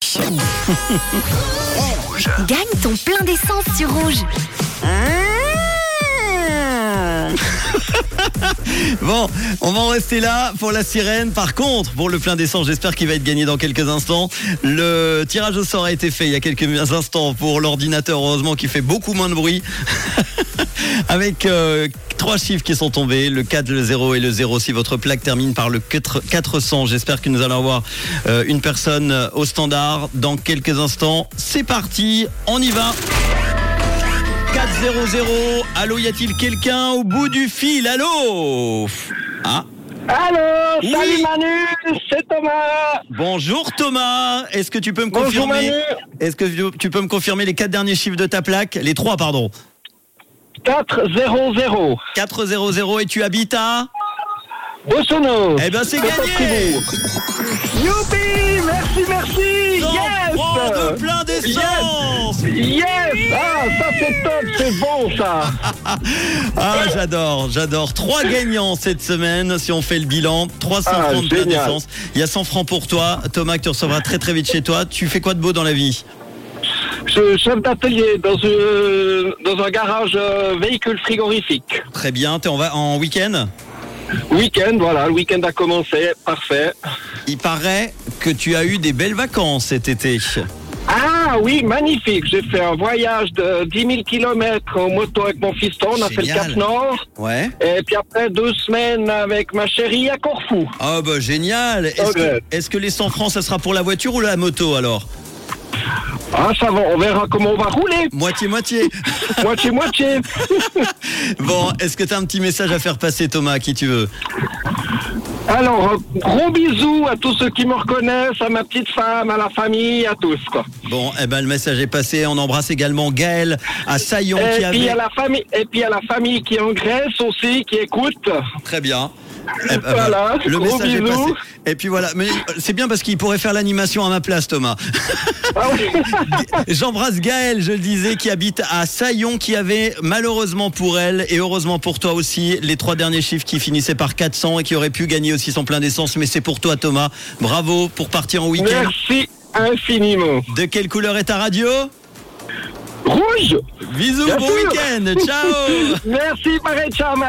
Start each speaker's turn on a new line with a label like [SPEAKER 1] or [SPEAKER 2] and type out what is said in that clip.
[SPEAKER 1] Paris.
[SPEAKER 2] Rouge. Gagne ton plein d'essence sur Rouge. Ah
[SPEAKER 1] Bon, on va en rester là pour la sirène. Par contre, pour le plein d'essence, j'espère qu'il va être gagné dans quelques instants. Le tirage au sort a été fait il y a quelques instants pour l'ordinateur, heureusement, qui fait beaucoup moins de bruit. Avec euh, trois chiffres qui sont tombés, le 4, le 0 et le 0. Si votre plaque termine par le 4 400, j'espère que nous allons avoir euh, une personne euh, au standard dans quelques instants. C'est parti, on y va. 400, allô, y a-t-il quelqu'un au bout du fil Allô Ah,
[SPEAKER 3] Allô,
[SPEAKER 1] Oui.
[SPEAKER 3] salut Manu, c'est Thomas.
[SPEAKER 1] bonjour Thomas, est-ce que tu peux me
[SPEAKER 3] Bonjour
[SPEAKER 1] confirmer
[SPEAKER 3] Manu.
[SPEAKER 1] Est-ce que tu- tu peux me confirmer les quatre derniers chiffres de ta plaque Les trois, pardon.
[SPEAKER 3] 4-0-0.
[SPEAKER 1] 400 et tu habites à
[SPEAKER 3] Bolsonaro.
[SPEAKER 1] Eh ben c'est gagné
[SPEAKER 3] Fribourg. Youpi, merci, merci.
[SPEAKER 1] T'en prends de
[SPEAKER 3] Yes.
[SPEAKER 1] plein d'essence
[SPEAKER 3] Yes. Ah, ça c'est top, c'est bon ça.
[SPEAKER 1] Ah, j'adore, j'adore. Trois gagnants cette semaine, si on fait le bilan. 300
[SPEAKER 3] Ah,
[SPEAKER 1] francs de plein
[SPEAKER 3] génial.
[SPEAKER 1] d'essence. Il y a 100 francs pour toi. Thomas, que tu recevras très très vite chez toi. Tu fais quoi de beau dans la vie
[SPEAKER 3] Je suis chef d'atelier dans, une- dans un garage euh, véhicule frigorifique.
[SPEAKER 1] Très bien, t'es en, va- en week-end
[SPEAKER 3] Week-end, voilà, le week-end a commencé, parfait.
[SPEAKER 1] Il paraît que tu as eu des belles vacances cet été.
[SPEAKER 3] Ah oui, magnifique. J'ai fait un voyage de 10 000 km en moto avec mon fiston. On a fait le
[SPEAKER 1] Génial.
[SPEAKER 3] Cap Nord.
[SPEAKER 1] Ouais.
[SPEAKER 3] Et puis après deux semaines avec ma chérie à Corfou.
[SPEAKER 1] Ah bah génial. Est-ce que,
[SPEAKER 3] Incroyable.
[SPEAKER 1] est-ce que les 100 francs, ça sera pour la voiture ou la moto alors
[SPEAKER 3] Ah ça va, on verra comment on va rouler.
[SPEAKER 1] Moitié-moitié.
[SPEAKER 3] Moitié moitié.
[SPEAKER 1] Bon, est-ce que t'as un petit message à faire passer Thomas, à qui tu veux
[SPEAKER 3] Alors un gros bisous à tous ceux qui me reconnaissent, à ma petite femme, à la famille, à tous quoi.
[SPEAKER 1] Bon, eh ben le message est passé. On embrasse également Gaël à Saillon qui
[SPEAKER 3] Et Eh, puis
[SPEAKER 1] avait...
[SPEAKER 3] à la famille, et puis à la famille qui est en Grèce aussi, qui écoute.
[SPEAKER 1] Très bien. Eh ben,
[SPEAKER 3] Voilà,
[SPEAKER 1] le
[SPEAKER 3] gros
[SPEAKER 1] message est
[SPEAKER 3] bisous.
[SPEAKER 1] passé. Et puis voilà, mais euh, c'est bien parce qu'il pourrait faire l'animation à ma place, Thomas.
[SPEAKER 3] Ah oui.
[SPEAKER 1] J'embrasse Gaëlle, je le disais, qui habite à Saillon, qui avait malheureusement pour elle et heureusement pour toi aussi les trois derniers chiffres qui finissaient par 400 et qui auraient pu gagner aussi son plein d'essence. Mais c'est pour toi, Thomas. Bravo pour partir en week-end.
[SPEAKER 3] Merci infiniment.
[SPEAKER 1] De quelle couleur est ta radio
[SPEAKER 3] Rouge.
[SPEAKER 1] Bisous,
[SPEAKER 3] Bien
[SPEAKER 1] bon
[SPEAKER 3] sûr.
[SPEAKER 1] week-end, ciao
[SPEAKER 3] Merci, pareil, ciao, Manu.